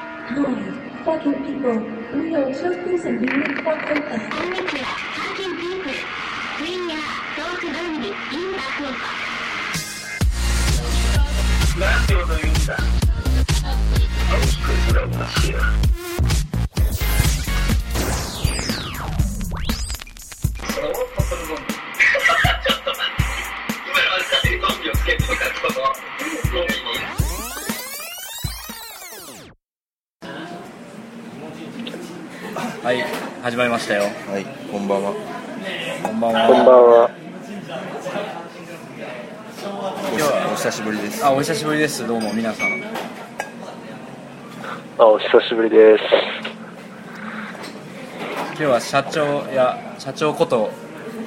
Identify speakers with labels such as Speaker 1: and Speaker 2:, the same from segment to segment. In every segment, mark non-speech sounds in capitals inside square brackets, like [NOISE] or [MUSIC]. Speaker 1: Hi, fucking people. We are just some unique fucking us.
Speaker 2: こんにちは、ハッキンピープル。ウィンヤー、トークゾンビ、インバフォーカ。
Speaker 3: はい、始まりましたよ。
Speaker 4: はい、こんばんは。
Speaker 3: こんばんは。
Speaker 5: こんばんは。
Speaker 4: お久しぶりです。
Speaker 3: あ、お久しぶりです。どうも皆さん。
Speaker 5: あ、お久しぶりです。
Speaker 3: 今日は社長や社長こと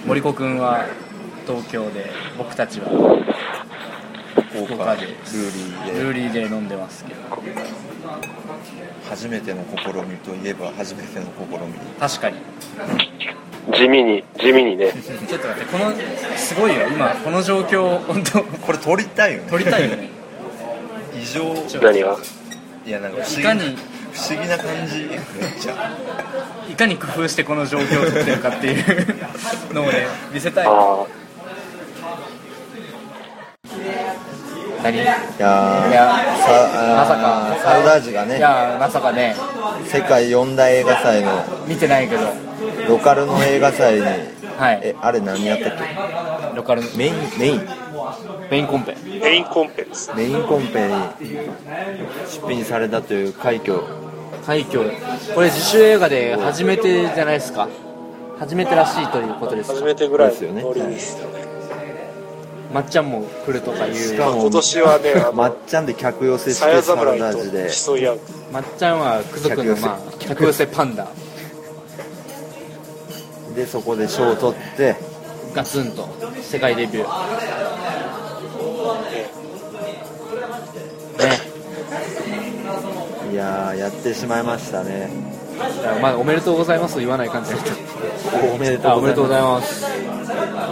Speaker 3: 森子くんは東京で、僕たちは
Speaker 4: 福
Speaker 3: 福
Speaker 4: 岡
Speaker 3: 岡
Speaker 4: で
Speaker 3: で
Speaker 4: ル
Speaker 3: す
Speaker 4: ーリ
Speaker 3: ル
Speaker 4: ー
Speaker 3: ー
Speaker 4: で
Speaker 3: リーで飲んでますけど、
Speaker 4: 初めての試みといえば初めての試み。
Speaker 3: 確かに。
Speaker 5: 地味に、地味にね。
Speaker 3: ちょっと待って、このすごいよ。今この状況本当
Speaker 4: これ撮りたいよね。
Speaker 3: 撮りたいよね。
Speaker 4: 異常。
Speaker 5: 何が
Speaker 4: いやなんか不思議
Speaker 3: いかに
Speaker 4: 不思議な感じ。めっちゃ
Speaker 3: いかに工夫してこの状況を撮ってるかっていうのをね見せたい。
Speaker 5: あ
Speaker 3: 何？いや
Speaker 4: いやー
Speaker 3: いや
Speaker 4: さあー
Speaker 3: まさか
Speaker 4: サウダージがね、
Speaker 3: ーまさかね
Speaker 4: 世界四大映画祭の
Speaker 3: 見てないけど、
Speaker 4: ロカルの映画祭に、
Speaker 3: はい
Speaker 4: えあれ何やったっけ？
Speaker 3: ロカル
Speaker 4: メインメイン
Speaker 3: メインコンペ。
Speaker 5: あ、メインコンペです。
Speaker 4: メインコンペに出品されたという快挙。
Speaker 6: 快挙これ自主映画で初めてじゃないですか初めてらしいということです
Speaker 5: 初
Speaker 6: か
Speaker 5: めてぐらい
Speaker 4: ですよね
Speaker 5: のノリですよね。
Speaker 6: まっちゃんも来るとかい
Speaker 4: し
Speaker 6: う
Speaker 4: かも
Speaker 5: 今年はね、
Speaker 4: [LAUGHS]
Speaker 5: あ
Speaker 4: まっ
Speaker 5: の、
Speaker 4: ちゃんで客寄せし
Speaker 5: さ
Speaker 4: て
Speaker 5: や
Speaker 4: サウ
Speaker 5: 侍
Speaker 4: ダージ
Speaker 5: と
Speaker 4: で。
Speaker 5: 競い合う。
Speaker 6: まっちゃんは家族のまあ客寄せパンダ
Speaker 4: でそこで賞を取って
Speaker 6: ガツンと世界デビューね
Speaker 4: いやーやってしまいましたね
Speaker 6: だからまあおめでとうございますを言わない感じだっ
Speaker 4: おめで
Speaker 6: たあ
Speaker 4: と
Speaker 6: お
Speaker 4: う
Speaker 6: め
Speaker 4: ございます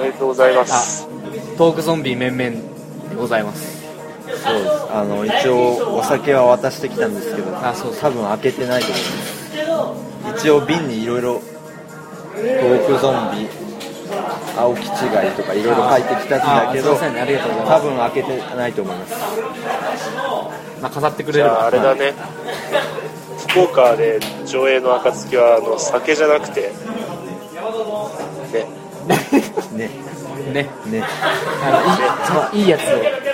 Speaker 6: でとうございます
Speaker 5: おめでとうございます。
Speaker 6: トークゾンビ面々でございます
Speaker 4: そうですあの一応お酒は渡してきたんですけど
Speaker 6: あそうそう
Speaker 4: 多分開けてないと思います一応瓶にいろいろ東京ゾンビ青木違いとかいろいろ書いてきたんだけ
Speaker 6: ああ
Speaker 4: ど
Speaker 6: すいませんありがとうございます
Speaker 4: 多分開けてないと思います
Speaker 6: まあ飾ってくれ
Speaker 5: じ
Speaker 6: れ
Speaker 5: ゃあ、
Speaker 6: ば
Speaker 5: あれだね。福岡で上映の暁は、あの、酒じゃなくて、ね、
Speaker 4: ね
Speaker 6: ね
Speaker 4: ね
Speaker 6: あのいいいいやつ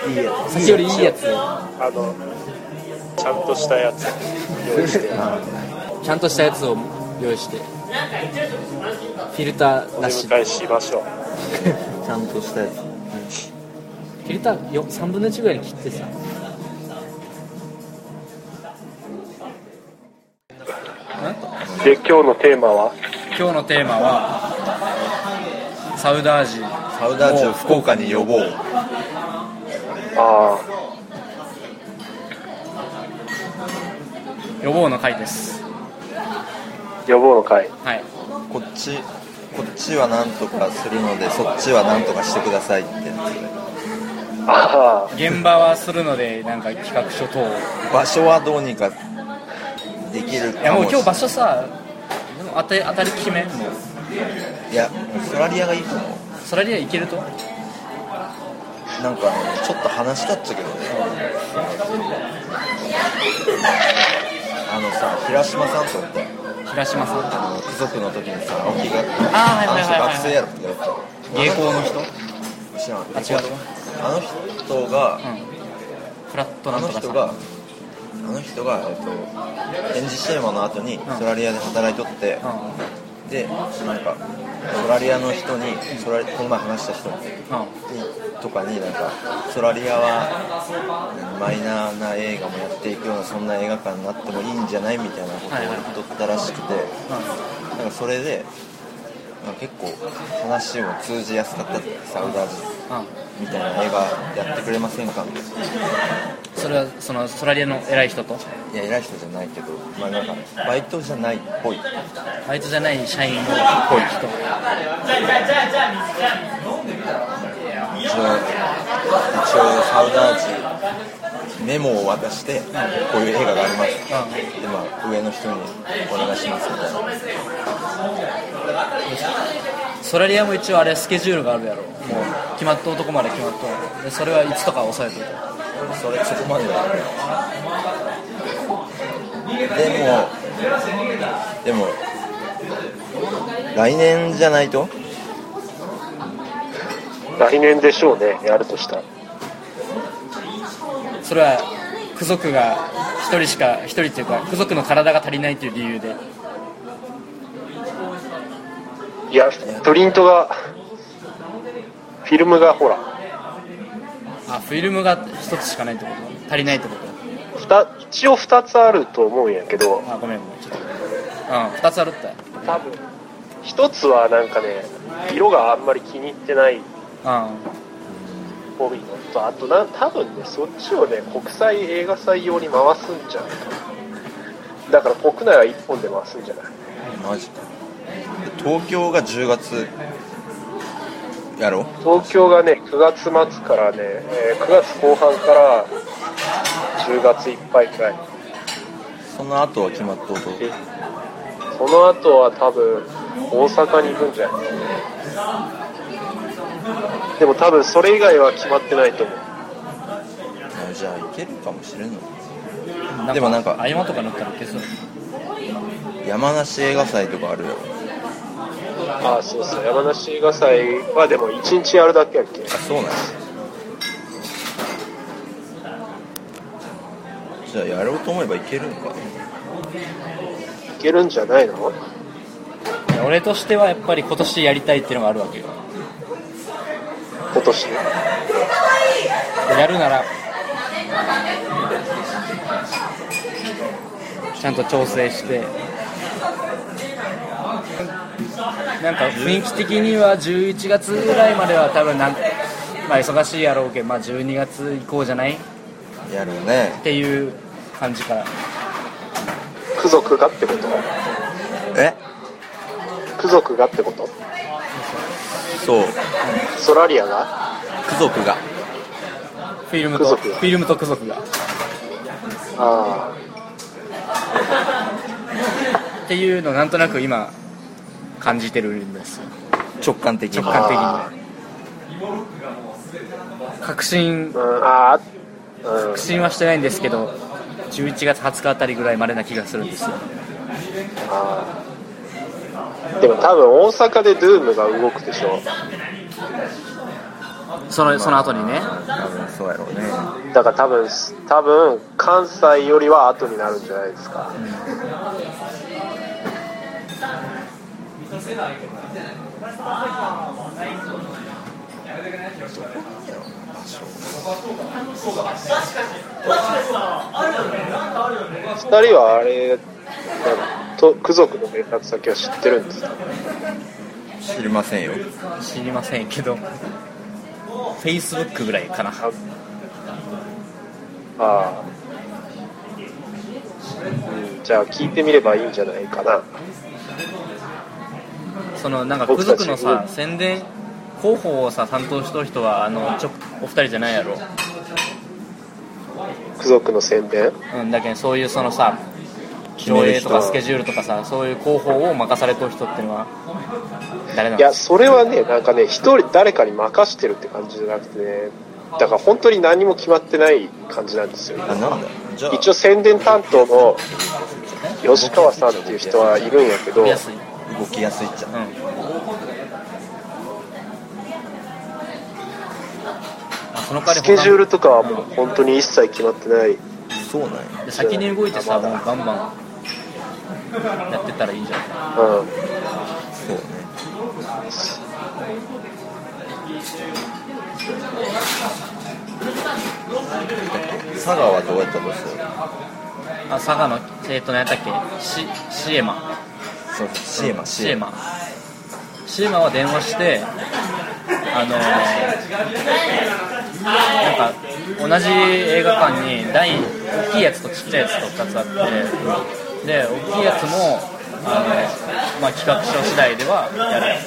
Speaker 4: いいや
Speaker 6: を先よりいいやつを
Speaker 5: あの、ちゃんとしたやつ用意して、
Speaker 6: ちゃんとしたやつを用意してフィルター
Speaker 5: お
Speaker 6: な
Speaker 5: 出
Speaker 6: し
Speaker 5: 迎えしましょう。
Speaker 4: つちゃんとしたやつ
Speaker 6: フィルターよ3分の1ぐらいに切ってさ
Speaker 5: で、今日のテーマは
Speaker 3: 今日のテーマはサウダージ
Speaker 4: サウダージを福岡に呼ぼう
Speaker 5: あ
Speaker 3: 予防の会です
Speaker 5: あ、予防の会。
Speaker 3: はい
Speaker 4: こっちこっちはなんとかするのでそっちはなんとかしてくださいってやつ
Speaker 5: あ
Speaker 3: 現場はするのでなんか企画書等を
Speaker 4: 場所はどうにかできるかもしれない
Speaker 3: いやもう今日場所さでも当たり当たり決めもう
Speaker 4: いやオーストラリアがいいかも
Speaker 3: それでいけると
Speaker 4: なんかねちょっと話したっちゃけどねあのさ平島さんとって
Speaker 3: 平島さん
Speaker 4: あの貴族の時にさ青木が
Speaker 3: あー
Speaker 4: あ
Speaker 3: はいはいはいはい
Speaker 4: の人学生やろって言わ
Speaker 3: 芸行の人
Speaker 4: れ知らん
Speaker 3: あ違う
Speaker 4: あの人が
Speaker 3: フラット
Speaker 4: あ
Speaker 3: なん
Speaker 4: の
Speaker 3: とか
Speaker 4: 人
Speaker 3: さ
Speaker 4: があの人が、えっと、展示シネマの後にオーストラリアで働いとって、
Speaker 3: う
Speaker 4: でなんかソラリアの人にソラリこの前話した人に
Speaker 3: んうん
Speaker 4: とかになんかソラリアはマイナーな映画もやっていくようなそんな映画館になってもいいんじゃないみたいなことを
Speaker 3: はいはい
Speaker 4: 言
Speaker 3: はい
Speaker 4: っとったらしくてなんかそれでなんか結構話も通じやすかったってサウダージ
Speaker 3: うんうん
Speaker 4: みたいな映画やってくれませんかみたいな
Speaker 3: それはそのソラリアの偉い人と
Speaker 4: いや偉い人じゃないけどまあなんかバイトじゃないっぽい
Speaker 3: バイトじゃない社員の人
Speaker 4: 一応一応サウダージメモを渡してこういう映画がありますでまあ上の人にお願いしますみたいな
Speaker 3: ソラリアも一応あれスケジュールがあるやろもう決まったとこまで決まったのでそれはいつとか押さえといて
Speaker 4: それそこまではでもでも来年じゃないと
Speaker 5: 来年でしょうねやるとしたら
Speaker 3: それは付属が一人しか一人っていうか付属の体が足りないという理由で
Speaker 5: いやプリントがフィルムがほら
Speaker 3: あフィルムが一つしかないってこと足りないってこと
Speaker 5: ふた一応2つあると思うんやけど
Speaker 3: あごめんごめんちょっとうん二つあるって
Speaker 5: 多分1つはなんかね色があんまり気に入ってないっ
Speaker 3: う
Speaker 5: ぽいのとあとな多分ねそっちをね国際映画祭用に回すんじゃないかだから国内は1本で回すんじゃない
Speaker 4: マジか東京が10月やろ
Speaker 5: 東京がね9月末からね、えー9月後半から10月いっぱいくらい
Speaker 4: その後は決まっとうと
Speaker 5: でその後は多分大阪に行くんじゃないでも多分それ以外は決まってないと思う
Speaker 4: あじゃあいけるかもしれんの
Speaker 3: ん
Speaker 4: でもなんか
Speaker 3: 合間とか塗ったら消す
Speaker 4: 山梨映画祭とかあるよ
Speaker 5: ああそうそう山梨映画祭はでも1日やるだけやっけ
Speaker 4: あそうなんやじゃあやろうと思えばいけるのか
Speaker 5: いけるんじゃないの
Speaker 3: 俺としてはやっぱり今年やりたいっていうのがあるわけよ
Speaker 5: 今年
Speaker 3: やるならちゃんと調整してなんか雰囲気的には11月ぐらいまでは多分なん、まあ、忙しいやろうけど、まあ、12月以降じゃないっ
Speaker 4: やろうね
Speaker 3: ていう感じから
Speaker 5: 区族がってこと
Speaker 4: え
Speaker 5: 区族がってこと
Speaker 4: そう
Speaker 5: ソラリアが
Speaker 4: 貴族が
Speaker 3: フィルム
Speaker 5: ク
Speaker 3: と
Speaker 5: ゾ
Speaker 3: フ
Speaker 5: クが
Speaker 3: ィルムとクゾクが
Speaker 5: あ
Speaker 3: っていうのをなんとなく今感じてるんですよ
Speaker 4: 直感的に
Speaker 3: 直感的に確信
Speaker 5: あうんああうん
Speaker 3: 確信はしてないんですけど11月20日あたりぐらいまでな気がするんですよ
Speaker 5: ああでも多分大阪でドゥームが動くでしょ
Speaker 3: そのその後にね
Speaker 4: 多分そうやろうね
Speaker 5: だから多分多分関西よりは後になるんじゃないですか2人はあれなんかと区族の連絡先は知ってるんですか
Speaker 4: 知りませんよ
Speaker 3: 知りませんけど Facebook ぐらいかな
Speaker 5: ああじゃあ聞いてみればいいんじゃないかな
Speaker 3: そのなんか付
Speaker 5: 僕たち
Speaker 3: 属のさ宣伝広報をさ担当しとる人はあのちょお二人じゃないやろ
Speaker 5: 付属の宣伝
Speaker 3: うんだけどそういうそのさ上映とかスケジュールとかさそういう広報を任されとる人っていうのは誰ないの
Speaker 5: やそれはねなんかね一人誰かに任してるって感じじゃなくてねだから本当に何も決まってない感じなんですよ
Speaker 4: あなんだじゃあ
Speaker 5: 一応宣伝担当の吉川さんっていう人はいるんやけど
Speaker 3: 見やすい、うん、
Speaker 4: 動きやすいっちゃ
Speaker 3: あその代わり
Speaker 5: スケジュー
Speaker 3: ル
Speaker 5: ルとかはもう本当に一切決まってない
Speaker 4: そうなんや
Speaker 3: 先に動いてさ
Speaker 5: あ
Speaker 3: も
Speaker 5: ま
Speaker 3: う
Speaker 5: だ
Speaker 3: バンバンやってったらいいんじゃん
Speaker 5: う
Speaker 4: そうね佐賀はどうやったとする
Speaker 3: あ佐賀のえっと何やったっけシシエマ
Speaker 4: そうシエマ
Speaker 3: シエマシエマは電話してあのーなんか同じ映画館に大大きいやつとちっちゃいやつと2つあってで大きいやつもの、まあ、企画書次第ではやる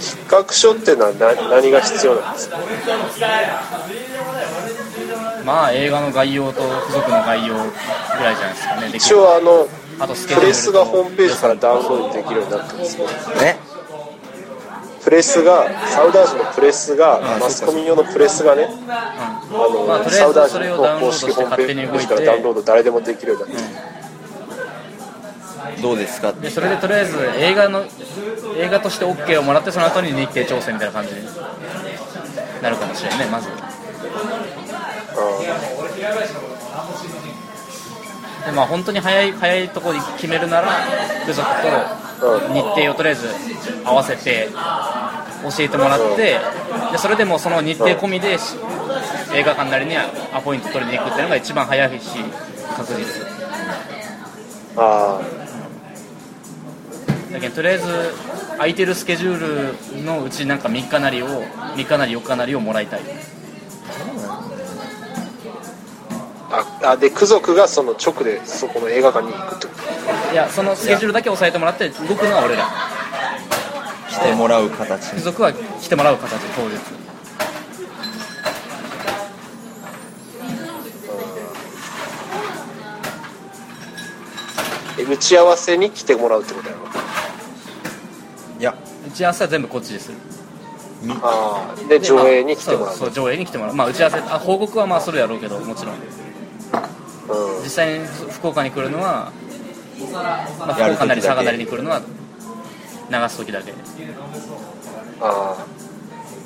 Speaker 5: 企画書ってのは何何が必要なんですか
Speaker 3: まあ映画の概要と付属の概要ぐらいじゃないですかねでき
Speaker 5: 一
Speaker 3: る
Speaker 5: 応あの
Speaker 3: あとスケジュ
Speaker 5: プ
Speaker 3: ール
Speaker 5: レ
Speaker 3: と
Speaker 5: スがホームページからダウンロードできるようになったんですよ
Speaker 4: え
Speaker 5: プレスがサウダージのプレスがマスコミ用のプレスがね、あの
Speaker 3: まあとりあえず
Speaker 5: サウダー
Speaker 3: そ
Speaker 5: ジ
Speaker 3: れをダウ
Speaker 5: の
Speaker 3: ンロー
Speaker 5: 公
Speaker 3: ドし
Speaker 5: 式
Speaker 3: て
Speaker 5: ホームペ
Speaker 3: 勝手に動
Speaker 5: ー
Speaker 3: いて
Speaker 5: ジからダウンロード誰でもできるようになって、
Speaker 4: どうですか
Speaker 3: でそれでとりあえず映画の映画として OK をもらってその後に日程調整みたいな感じになるかもしれないねまず
Speaker 5: あ
Speaker 3: でまあ本当に早い早いところに決めるなら付属と日程をとりあえず合わせて教えてもらってでそれでもうその日程込みでし映画館なりにアポイント取りに行くっていうのが一番早いし確実
Speaker 5: ーあ
Speaker 3: だけどとりあえず空いてるスケジュールのうちなんか3日なりを3日なり4日なりをもらいたい
Speaker 5: ーああで、ク族がその直でそこの映画館に行くってこ
Speaker 3: いやそのスケジュールだけ押さえてもらって動くのは俺ら
Speaker 4: 来てもらう形
Speaker 3: 付属は来てもらう形当日
Speaker 5: とえ打ち合わせに来てもらうってことやろ
Speaker 4: いや
Speaker 3: 打ち合わせは全部こっちでする
Speaker 5: ああで上映に来てもらう
Speaker 3: そうそう上映に来てもらうまあ打ち合わせあ報告はまあするやろうけどもちろん
Speaker 5: うん
Speaker 3: 実際に福岡に来るのは、まあ、
Speaker 4: や
Speaker 3: 福
Speaker 4: る時だけ
Speaker 3: 岡なり佐賀なりに来るのは流す時だけ、
Speaker 5: あ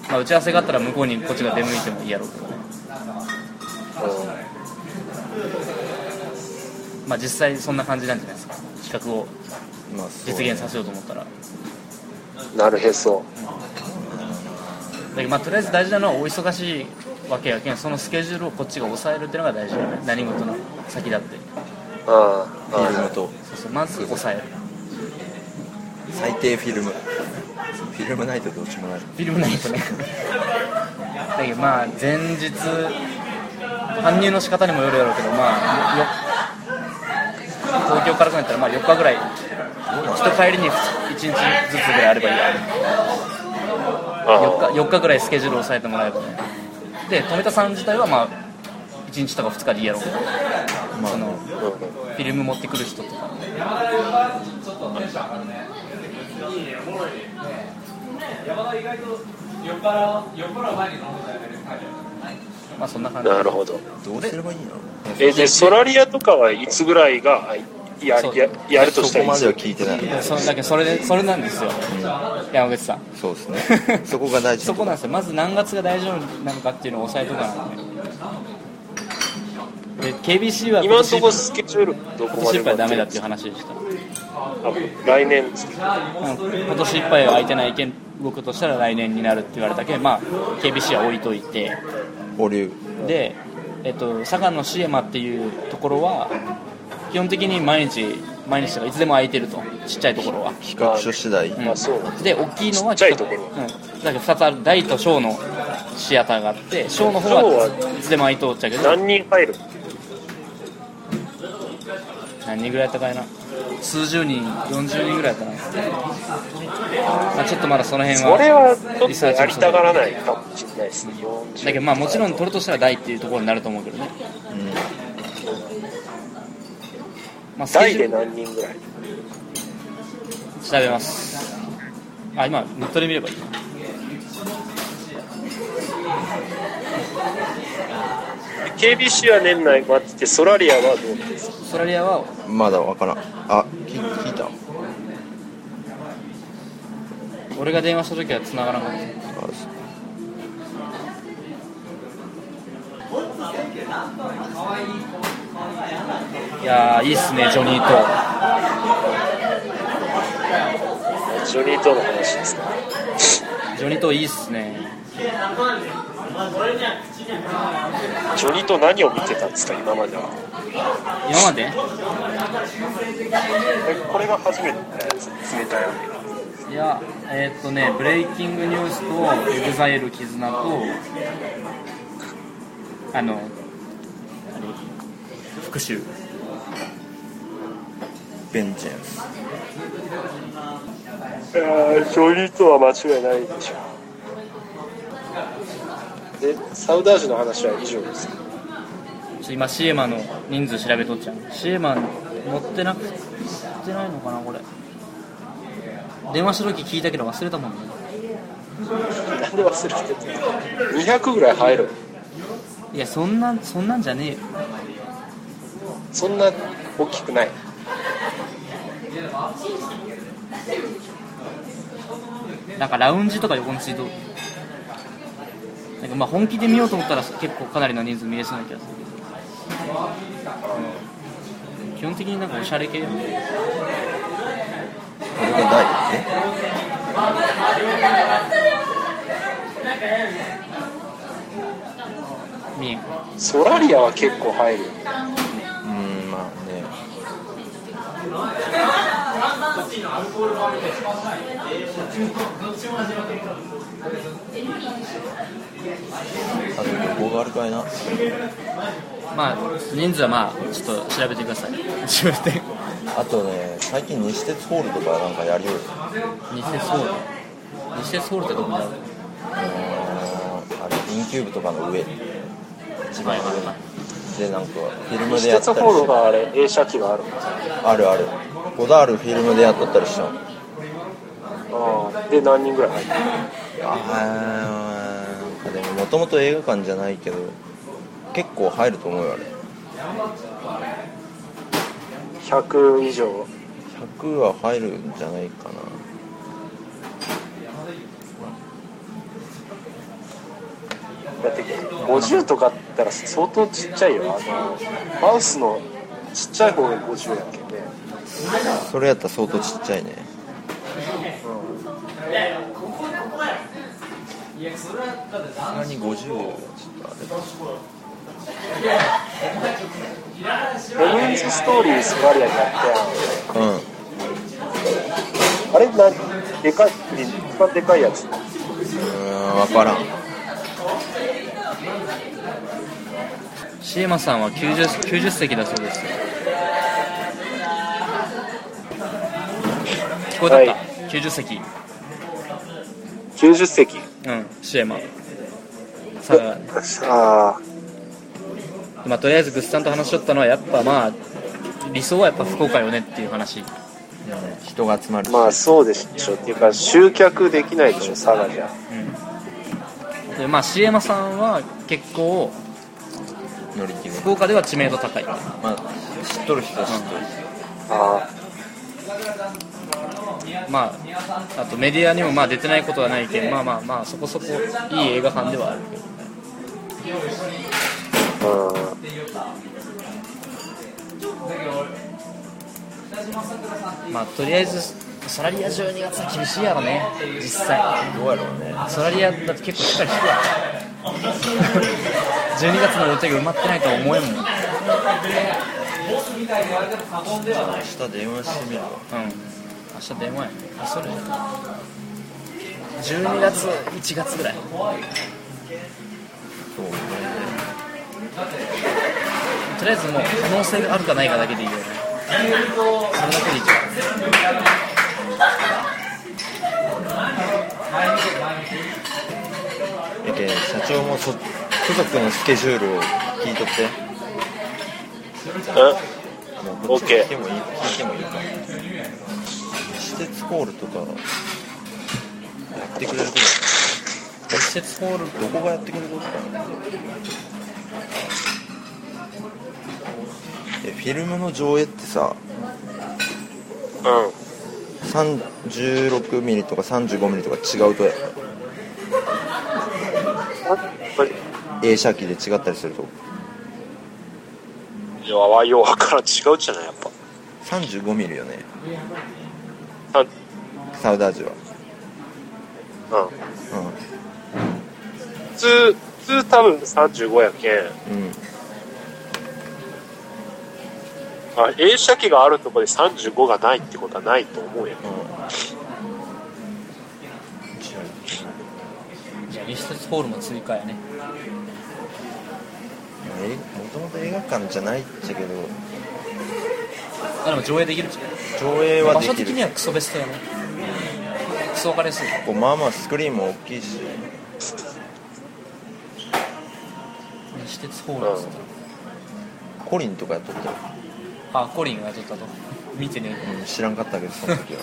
Speaker 3: まあ、打ち合わせがあったら向こうにこっちが出向いてもいいやろうけどね
Speaker 5: あうん
Speaker 3: まあ実際そんな感じなんじゃないですか企画を
Speaker 4: まあそう
Speaker 3: 実現させようと思ったら
Speaker 5: なるへそ
Speaker 3: だけどまあとりあえず大事なのはお忙しいわけやけんそのスケジュールをこっちが抑えるっていうのが大事だよね何事の先だって
Speaker 5: あー
Speaker 4: フィル
Speaker 5: あ
Speaker 4: ムと
Speaker 3: そうそうまず抑える
Speaker 4: 最低フィルムフィルムないとどうしようもない
Speaker 3: フィルムないとねだけどまあ前日搬入の仕方にもよるやろうけどまあよ東京から来るんやったらまあ4日ぐらい人帰りに1日ずつぐらいあればいいや
Speaker 5: あ
Speaker 3: 4日 ,4 日ぐらいスケジュールを抑えてもらえばねで富田さん自体はまあ1日とか2日でいいやろうけど、その
Speaker 5: あ
Speaker 3: フ
Speaker 5: うん
Speaker 3: ィルム持ってくる人とかまあそんな感じ
Speaker 5: なるほど
Speaker 4: どうすればいいの
Speaker 5: えでソラリアとかはいつぐらいがや
Speaker 3: そう
Speaker 5: ややるとし
Speaker 4: そ
Speaker 5: た
Speaker 4: こ
Speaker 5: ら
Speaker 4: ま
Speaker 5: いつ
Speaker 4: では聞いてない
Speaker 3: それだけそれでそれなんですよ、山口さん
Speaker 4: そうですね
Speaker 3: [LAUGHS]
Speaker 4: そこが大事
Speaker 3: そこなんですよまず何月が大丈夫なのかっていうのを押さえとかなんでで KBC は
Speaker 5: 今の
Speaker 3: 今
Speaker 5: ところスケジュールどこま
Speaker 3: 年
Speaker 5: で
Speaker 3: いっぱいダメだっていう話でした、うん
Speaker 5: あ来年ですね
Speaker 3: 今年いっぱいは空いてない件動くとしたら来年になるって言われたけどまあ KBC は置いといて
Speaker 4: 保留
Speaker 3: で、えっと、佐賀のシエマっていうところは基本的に毎日毎日とかいつでも空いてるとちっちゃいところは
Speaker 4: 企画書次第
Speaker 3: うん
Speaker 5: あそうなんだ
Speaker 3: で大きいのは
Speaker 5: ちっちゃいとこ
Speaker 3: う
Speaker 5: ろ
Speaker 3: ん、なんか2つある大と小のシアターがあって小の方はいつでも空いとっちゃうけど
Speaker 5: 何人入る
Speaker 3: 何人ぐらいやったかいな数十人40人ぐらいやったな、まあ、ちょっとまだその辺
Speaker 5: それ
Speaker 3: は
Speaker 5: はちょっとやりたがらないかもしれないですね40
Speaker 3: だけどまあもちろん取るとしたら大っていうところになると思うけどね、まあ、スケ
Speaker 5: 大
Speaker 3: ジュ
Speaker 5: で
Speaker 3: ール
Speaker 5: 何人ぐらい
Speaker 3: 調べますあ今ネットで見ればいい
Speaker 5: で KBC は年内待っててソラリアはどうなんですか
Speaker 3: オーストラリアは
Speaker 4: まだわからんあ聞聞いた
Speaker 3: 俺が電話した時は繋がらなかった
Speaker 4: あ
Speaker 3: いやーいいっすねジョニーと。
Speaker 5: ジョニーとの話ですか
Speaker 3: ジョニーといいっすね。
Speaker 5: ジョニーと何を見てたんですか今までは
Speaker 3: 今まで
Speaker 5: えこれが初めてです冷たい雨が
Speaker 3: いや、えーっとね、ブレイキングニュースと、エグザイル絆と、あの、あれ復讐。
Speaker 4: Vengeance
Speaker 5: いやー序律は間違いないでしょうでサウダージュの話は以上です
Speaker 3: ちょ今シエマの人数調べとっちゃうシエマ乗ってなく乗ってないのかなこれ電話した時聞いたけど忘れたもんね
Speaker 5: なんで忘れてた200ぐらい入る
Speaker 3: いやそんなそんなんじゃねえよ
Speaker 5: そんな大きくない
Speaker 3: なんかラウンジとか横の水道なんかまあ本気で見ようと思ったら結構かなりの人数見れそうな気がするけど、うん基本的になんかおしゃれ系
Speaker 4: これが第え
Speaker 3: 見えん
Speaker 5: ソラリアは結構入る
Speaker 4: うーんまあねあとどこがあるかいな
Speaker 3: まあ人数はまあちょっと調べてください自分で
Speaker 4: あとね最近西鉄ホールとかなんかやりよる
Speaker 3: 西鉄ホール西鉄ホールってどこにあるの
Speaker 4: あのあれインキューブとかの上一番上にでなんかフィルムで
Speaker 5: 施
Speaker 4: やったり
Speaker 5: 設ホール
Speaker 4: して
Speaker 5: があれ映写機がある
Speaker 4: あるあるゴダールフィルムでやっとったりしたの
Speaker 5: あーで何人ぐらい入る
Speaker 4: あーでももともと映画館じゃないけど結構入ると思うよあれ
Speaker 5: 100以上
Speaker 4: 100は入るんじゃないかな
Speaker 5: だって50とかだったら相当ちっちゃいよあのマウスのちっちゃい方が50やっけね
Speaker 4: それやったら相当ちっちゃいねさすがに50はちょっとあれだ
Speaker 5: レムンズストーリーソラリアになって
Speaker 4: うん
Speaker 5: あれなでかい一番でかいやつ
Speaker 4: うーん分からん
Speaker 3: シエマさんは 90, 90席だそうです聞こえたった、
Speaker 5: は
Speaker 3: 90席
Speaker 5: 90
Speaker 3: う
Speaker 5: 席
Speaker 3: んシエマさあ
Speaker 5: ああ
Speaker 3: まあ、とりあえずグッズさんと話しとったのはやっぱまあ理想はやっぱ福岡よねっていう話
Speaker 4: 人が集まるし
Speaker 5: まあそうでしょっていうか集客できないでしょサラリア
Speaker 3: でまあ CM さんは結構
Speaker 4: 乗り切れ
Speaker 3: 福岡では知名度高い
Speaker 4: まあ知っとる人は知っとる
Speaker 5: あ
Speaker 3: まああとメディアにもまあ出てないことはないけどまあまあまあそこそこいい映画館ではあるけど
Speaker 5: あうん
Speaker 3: まあとりあえずソラリア12月は厳しいやろね実際
Speaker 4: どうやろうね
Speaker 3: ソラリアだって結構しっかりしてるわ [LAUGHS] 12月の予定が埋まってないとは思えんもん
Speaker 4: 明日電話してみるわ
Speaker 3: うん明日電話やねあそれ12月1月ぐらい
Speaker 4: そうね
Speaker 3: とりあえずもう可能性があるかないかだけでいいよねそれだけでいいじ
Speaker 4: やけん社長もそ所属のスケジュールを聞いとってもうこっち
Speaker 5: OK
Speaker 4: 聞いてもいい聞いてもいいか施設ホールとかやってくれること
Speaker 3: ゃん施設ホール
Speaker 4: どこがやってくれることかなえフィルムの上映ってさ
Speaker 5: うん
Speaker 4: 36ミリとか35ミリとか違うとや
Speaker 5: やっぱり
Speaker 4: 映写機で違ったりすると
Speaker 5: いやわよわからん違うじゃないやっ
Speaker 4: 35ミリよね
Speaker 5: ぱあ
Speaker 4: サウダージュ
Speaker 5: うん
Speaker 4: は
Speaker 5: 普通普通多分35やけん
Speaker 4: うんうん
Speaker 5: あ映写機があるとこで35がないってことはないと思うよ
Speaker 3: じゃあ施設ホールも追加やね
Speaker 4: もともと映画館じゃないっちゃけど
Speaker 3: あでも上映できるじゃ
Speaker 4: 上映
Speaker 3: ん
Speaker 4: は
Speaker 3: 場
Speaker 4: で
Speaker 3: 所
Speaker 4: き
Speaker 3: 的
Speaker 4: る
Speaker 3: にはクソベストやねクソ分かりやすい
Speaker 4: こうまあまあスクリーンも大きいし
Speaker 3: 西鉄ホールズと
Speaker 4: コリンとかやっとったよ、
Speaker 3: あコリンがちょっと後見てね
Speaker 4: うん知らんかったけどその時は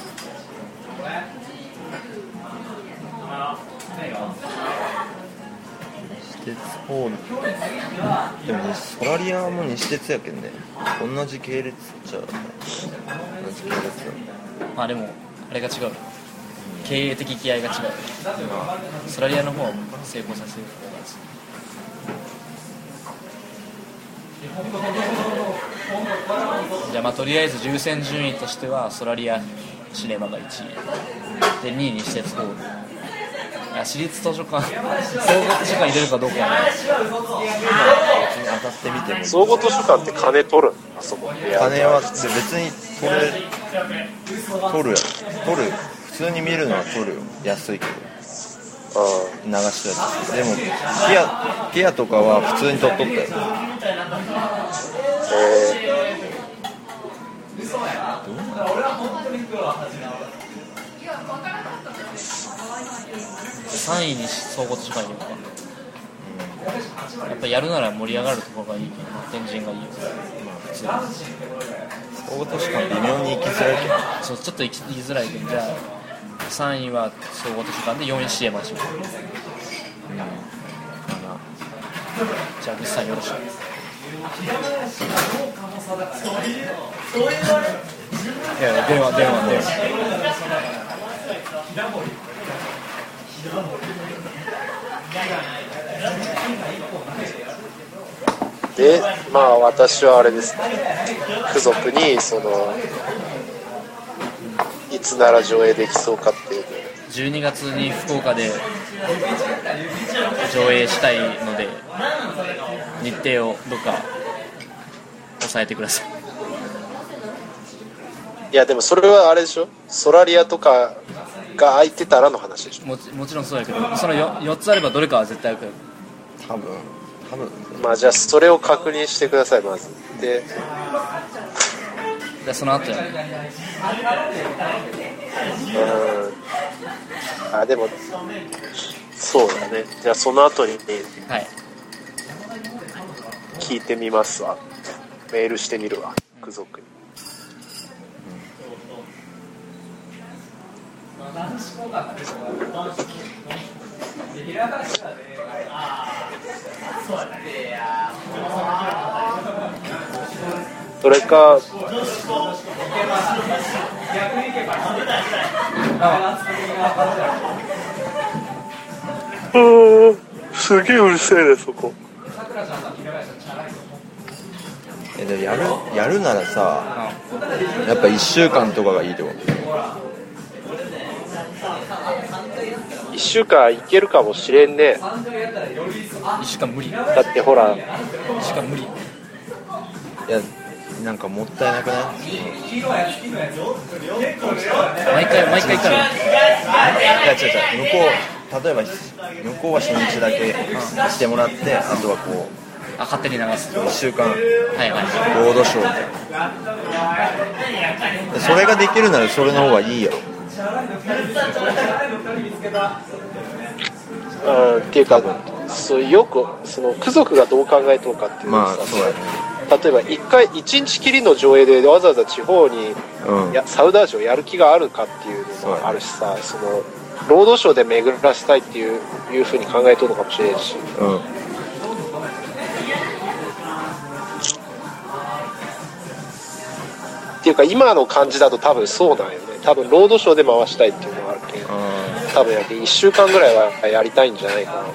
Speaker 4: 西鉄ホールでもねソラリアも西鉄やけんね同じ系列っちゃ同じ系列だ
Speaker 3: まあでもあれが違う経営的気合が違うソラリアの方は成功させるじゃあまあとりあえず優先順位としてはソラリアシネマが1位で2位に施設ホールあ私立図書館総合図書館入れるかどうかやね
Speaker 4: 別に当たってみてもいい
Speaker 5: 総合図書館って金取るのあそこで
Speaker 4: 金は別に取れ取るやろ取る普通に見るのは取るよ安いけど
Speaker 5: あ
Speaker 4: 流したやつでもピアピアとかは普通に取っとったよ
Speaker 5: あえ
Speaker 3: 3位に総合図書館入れるかやっぱやるなら盛り上がるところがいいかな天神がいいよ普通に
Speaker 4: 大都市間微妙に行きづらいけど
Speaker 3: そうちょっと行きづらいけどじゃあ3位は総合図書館で4位シエマチじゃあグッさんよろしくいやいや電話電話電話
Speaker 5: ーでまあ私はあれですね付属にそのいつなら上映できそうかっていうのを
Speaker 3: 12月に福岡で上映したいので日程をどっか押さえてください
Speaker 5: いやでもそれはあれでしょソラリアとかが空いてたらの話でしょ
Speaker 3: もちもちろんそうやけどその 4, つあればどれかは絶対開く
Speaker 4: 多分多分
Speaker 5: まあじゃあそれを確認してくださいまずで
Speaker 3: でその後やね
Speaker 5: うんあでもそうだねじゃあその後に
Speaker 3: はい
Speaker 5: 聞いてみますわメールしてみるわ付属にそれかうんすげえうるせえねそこ
Speaker 4: えでもやるやるならさやっぱ1週間とかがいいってこと
Speaker 5: 1週間いけるかもしれんね
Speaker 3: 1週間無理
Speaker 5: だってほら
Speaker 3: 1週間無理
Speaker 4: いやなんかもったいなくない
Speaker 3: 毎回毎回行ったら
Speaker 4: いや違う違う向こう例えば向こうは初日だけしてもらってあとはこ
Speaker 3: あ勝手に流す
Speaker 4: う1週間
Speaker 3: はいはい
Speaker 4: ロードショーみたいなでそれができるならそれの方がいいやろ
Speaker 5: うんっていうかそうよくその貴族がどう考えとるかっていうの
Speaker 4: まあ
Speaker 5: さ、
Speaker 4: そうやね
Speaker 5: 例えば1回1日きりの上映でわざわざ地方に
Speaker 4: うん
Speaker 5: いやサウダージをやる気があるかっていうのもあるしさそのロードショーで巡らしたいっていういうふうに考えとるのかもしれんし
Speaker 4: うん
Speaker 5: っていうか今の感じだと多分そうなんよね多分ロードショーで回したいっていうのがあるけど
Speaker 4: あ
Speaker 5: 多分やけ1週間ぐらいはやりたいんじゃないかな
Speaker 4: ーまあ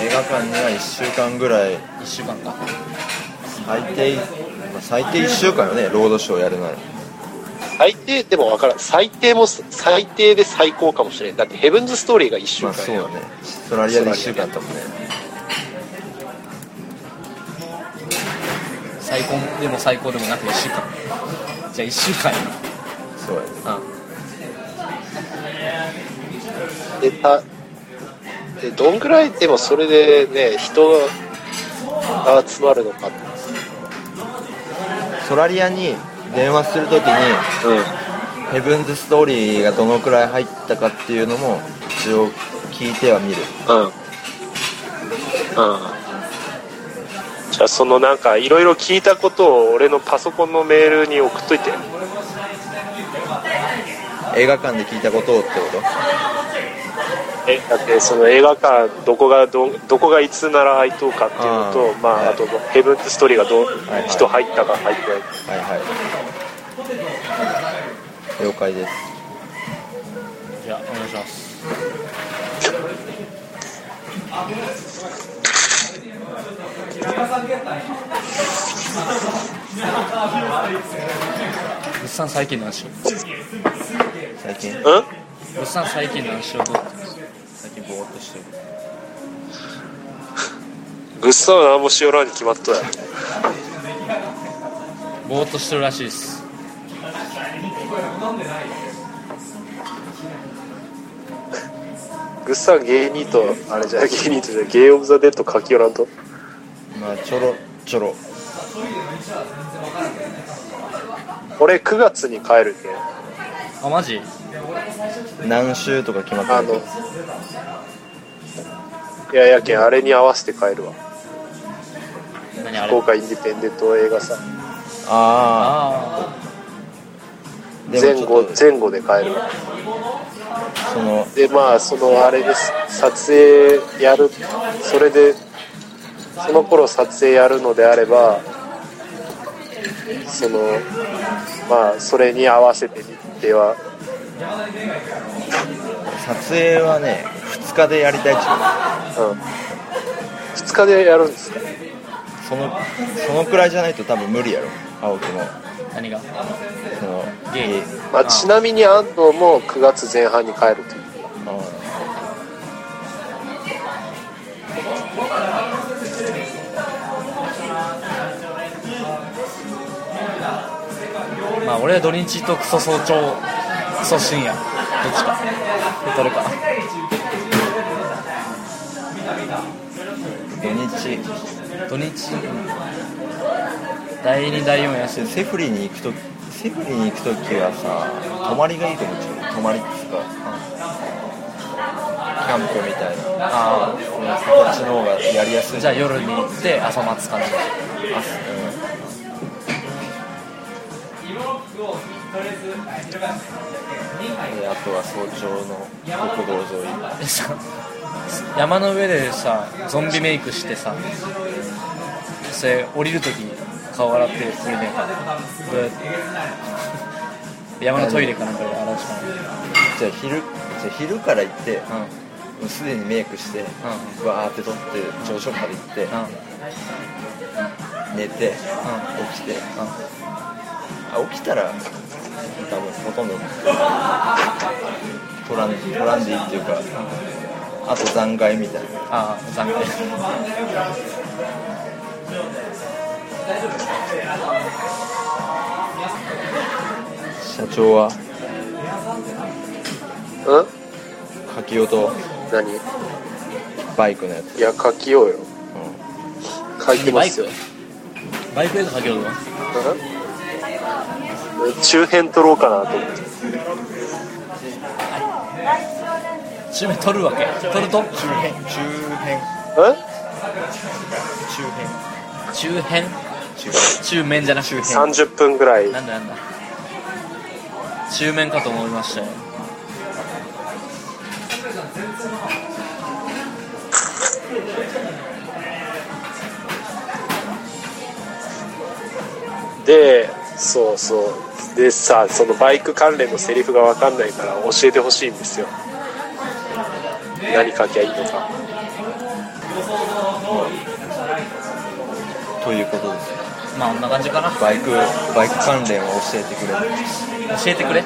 Speaker 4: 映画館には1週間ぐらい
Speaker 3: 1週間か
Speaker 4: 最低、まあ、最低1週間よねロードショーやるなら
Speaker 5: 最低でも分からん最低も最低で最高かもしれんだってヘブンズストーリーが1週
Speaker 4: まあ
Speaker 5: 間
Speaker 4: そう
Speaker 5: や
Speaker 4: だねソラリアで1週間だったもんね
Speaker 3: 最高でも最高でもなく1週間じゃあ1週間や
Speaker 4: そうやね
Speaker 3: なうん
Speaker 5: でたでどんぐらいでもそれでね人が集まるのか
Speaker 4: ソラリアに電話するときにヘブンズストーリーがどのくらい入ったかっていうのも一応聞いては見る
Speaker 5: うん。うん。じゃあ、そのなんか、いろいろ聞いたことを俺のパソコンのメールに送っといて。
Speaker 4: 映画館で聞いたことをってこ
Speaker 5: え、だってその映画館、どこがど、どこがいつなら開いとうかっていうのと、
Speaker 4: あー
Speaker 5: ま
Speaker 4: は
Speaker 5: あ、
Speaker 4: い
Speaker 5: あと、ヘブンズストーリーがどう
Speaker 4: いはい、
Speaker 5: 人入ったか入ってないか。
Speaker 4: とはいはい了解です
Speaker 3: じゃあお願いします物産最近の話
Speaker 4: 最近
Speaker 5: うん
Speaker 3: 物産最近の話をどう最近ぼーっとしてる
Speaker 5: ぐっさんは何もしよらんに決まっとや。
Speaker 3: ぼーっとしてるらしいです
Speaker 5: ぐっさんゲイニーと、あれじゃ、ゲイニーとじゃ、ゲイオブザ・デッド書きよらんと。
Speaker 4: まあちょろちょろ
Speaker 5: 俺、9月に帰るけん。
Speaker 3: あマジ
Speaker 4: 何週とか決まって
Speaker 5: あ
Speaker 4: る
Speaker 5: の、いやいやけん、あれに合わせて帰るわ。
Speaker 3: 何あれ
Speaker 5: 福岡インディペンデント映画さ
Speaker 4: あ
Speaker 3: あ
Speaker 4: あで
Speaker 5: 前
Speaker 4: もちょ
Speaker 5: 後
Speaker 4: っと
Speaker 5: 前後で帰るわ
Speaker 4: その
Speaker 5: でまあそのあれです撮影やるそれでその頃撮影やるのであればそのまあそれに合わせて日程は
Speaker 4: 撮影はね2日でやりたいっちゅう
Speaker 5: うん2日でやるんですか
Speaker 4: そのそのくらいじゃないと多分無理やろ青木も
Speaker 3: あ何が
Speaker 4: その
Speaker 3: ゲイ
Speaker 4: ゲイ
Speaker 5: まあ、
Speaker 3: あ
Speaker 5: ちなみに安藤も9月前半に帰るという
Speaker 4: あ
Speaker 3: まあ俺は土日とクソ早朝クソ深夜どっちかどれか
Speaker 4: ー土日
Speaker 3: 土日第2第4休み
Speaker 4: セフリに行くとセフリに行くときはさ泊まりがいいと思っちゃう泊まりっつうか、キャンプみたいな
Speaker 3: あ
Speaker 4: こっちの方がやりやす
Speaker 3: あ
Speaker 4: い
Speaker 3: じゃあ夜に行って朝待つ感じ
Speaker 4: であとは早朝の国道沿い
Speaker 3: えさ山の上でさゾンビメイクしてさそれ降りるときに顔洗ってくれねえかどうやって山のトイレかなんかで洗うしかない
Speaker 4: じゃあ昼じゃあ昼から行って
Speaker 3: うん
Speaker 4: もうすでにメイクしてバーって撮って朝食まで行って
Speaker 3: うん
Speaker 4: 寝て
Speaker 3: う
Speaker 4: 起きてあ起きたら多分ほとんど取らん取らんでいいっていうかあと残骸みたいな
Speaker 3: ああ残念
Speaker 4: 社長は
Speaker 5: うん
Speaker 4: 柿雄と
Speaker 5: 何
Speaker 4: バイクのやつ、
Speaker 5: いや書きようよ書きますよ
Speaker 3: バイク映画先ほど
Speaker 5: 中編撮ろうかなと思って
Speaker 3: 中面撮るわけ撮ると
Speaker 4: 中編中編中編中
Speaker 3: 中編
Speaker 4: 編
Speaker 3: 中面じゃなくて
Speaker 5: 30分ぐらい
Speaker 3: なんだなんだ中面かと思いましたよ
Speaker 5: でそうそうでさそのバイク関連のセリフが分かんないから教えてほしいんですよ何書きゃいいのか
Speaker 4: ということです
Speaker 3: まあこんな感じかな
Speaker 4: バイクバイク関連を教えてくれ
Speaker 3: 教えてくれ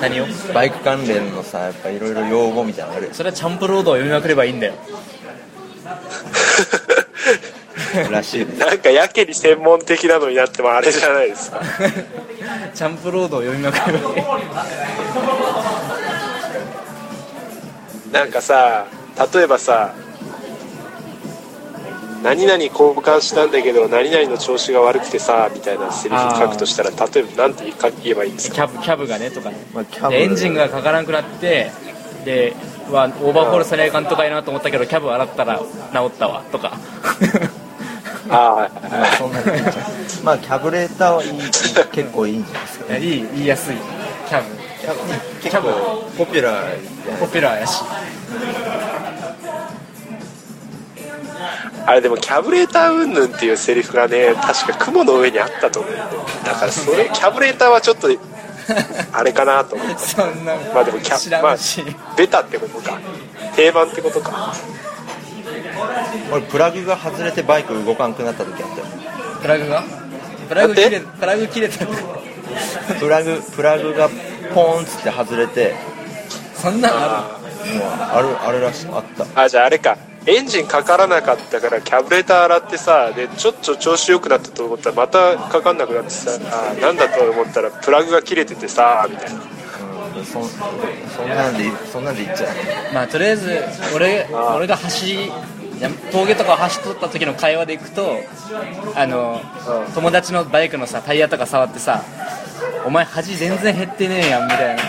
Speaker 3: 何を
Speaker 4: バイク関連のさやっぱいろいろ用語みたいなのある
Speaker 3: それはチャンプロードを読みまくればいいんだよ
Speaker 4: らしいね
Speaker 5: なんかやけに専門的なのになってもあれじゃないですか
Speaker 3: チャンプロードを読みまくればいい
Speaker 5: なんかさ例えばさ何々交換したんだけど何々の調子が悪くてさみたいなセリフ書くとしたら例えば何て言えばいいんです
Speaker 3: キ
Speaker 5: か
Speaker 3: ャブキャブがねとかね
Speaker 4: まあキャブ
Speaker 3: でエンジンがかからなくなってではオーバーホールされないかんとかいなと思ったけどキャブ洗ったら治ったわとか
Speaker 4: まあ
Speaker 5: あ
Speaker 4: そんなのいいんじゃない [LAUGHS] まあキャブレーターはいい結構いいんじゃないですか
Speaker 3: いやいい言いやすいキャブ
Speaker 4: 結構ポピュラーじゃない
Speaker 3: ポピュラーやし
Speaker 5: ああれでもキャブレーター云々っていうセリフがね確か雲の上にあったと思うんだよだからそれキャブレーターはちょっとあれかなと思って
Speaker 3: そんな
Speaker 5: まあでもキ
Speaker 3: 知
Speaker 5: ャ
Speaker 3: ら
Speaker 5: ま
Speaker 3: んし、
Speaker 5: あベタってことか定番ってことか
Speaker 4: 俺プラグが外れてバイク動かんくなった時あったよ
Speaker 3: プラグがプラグ切れ
Speaker 5: だ
Speaker 3: プラグ切れたとか
Speaker 4: プラグプラグがポーンっつって外れて
Speaker 3: そんなのあ
Speaker 4: もうあるあるらしいあった
Speaker 5: あじゃああれかエンジンかからなかったからキャブレーター洗ってさでちょっと調子良くなったと思ったらまたかかんなくなってさあなんだと思ったらプラグが切れててさみたいな
Speaker 4: うんそんそんなんでそんなんで言っちゃう
Speaker 3: るまあとりあえず俺俺が走りや峠とかを走っとった時の会話でいくとあの友達のバイクのさタイヤとか触ってさ「お前端全然減ってねえやん」みたいな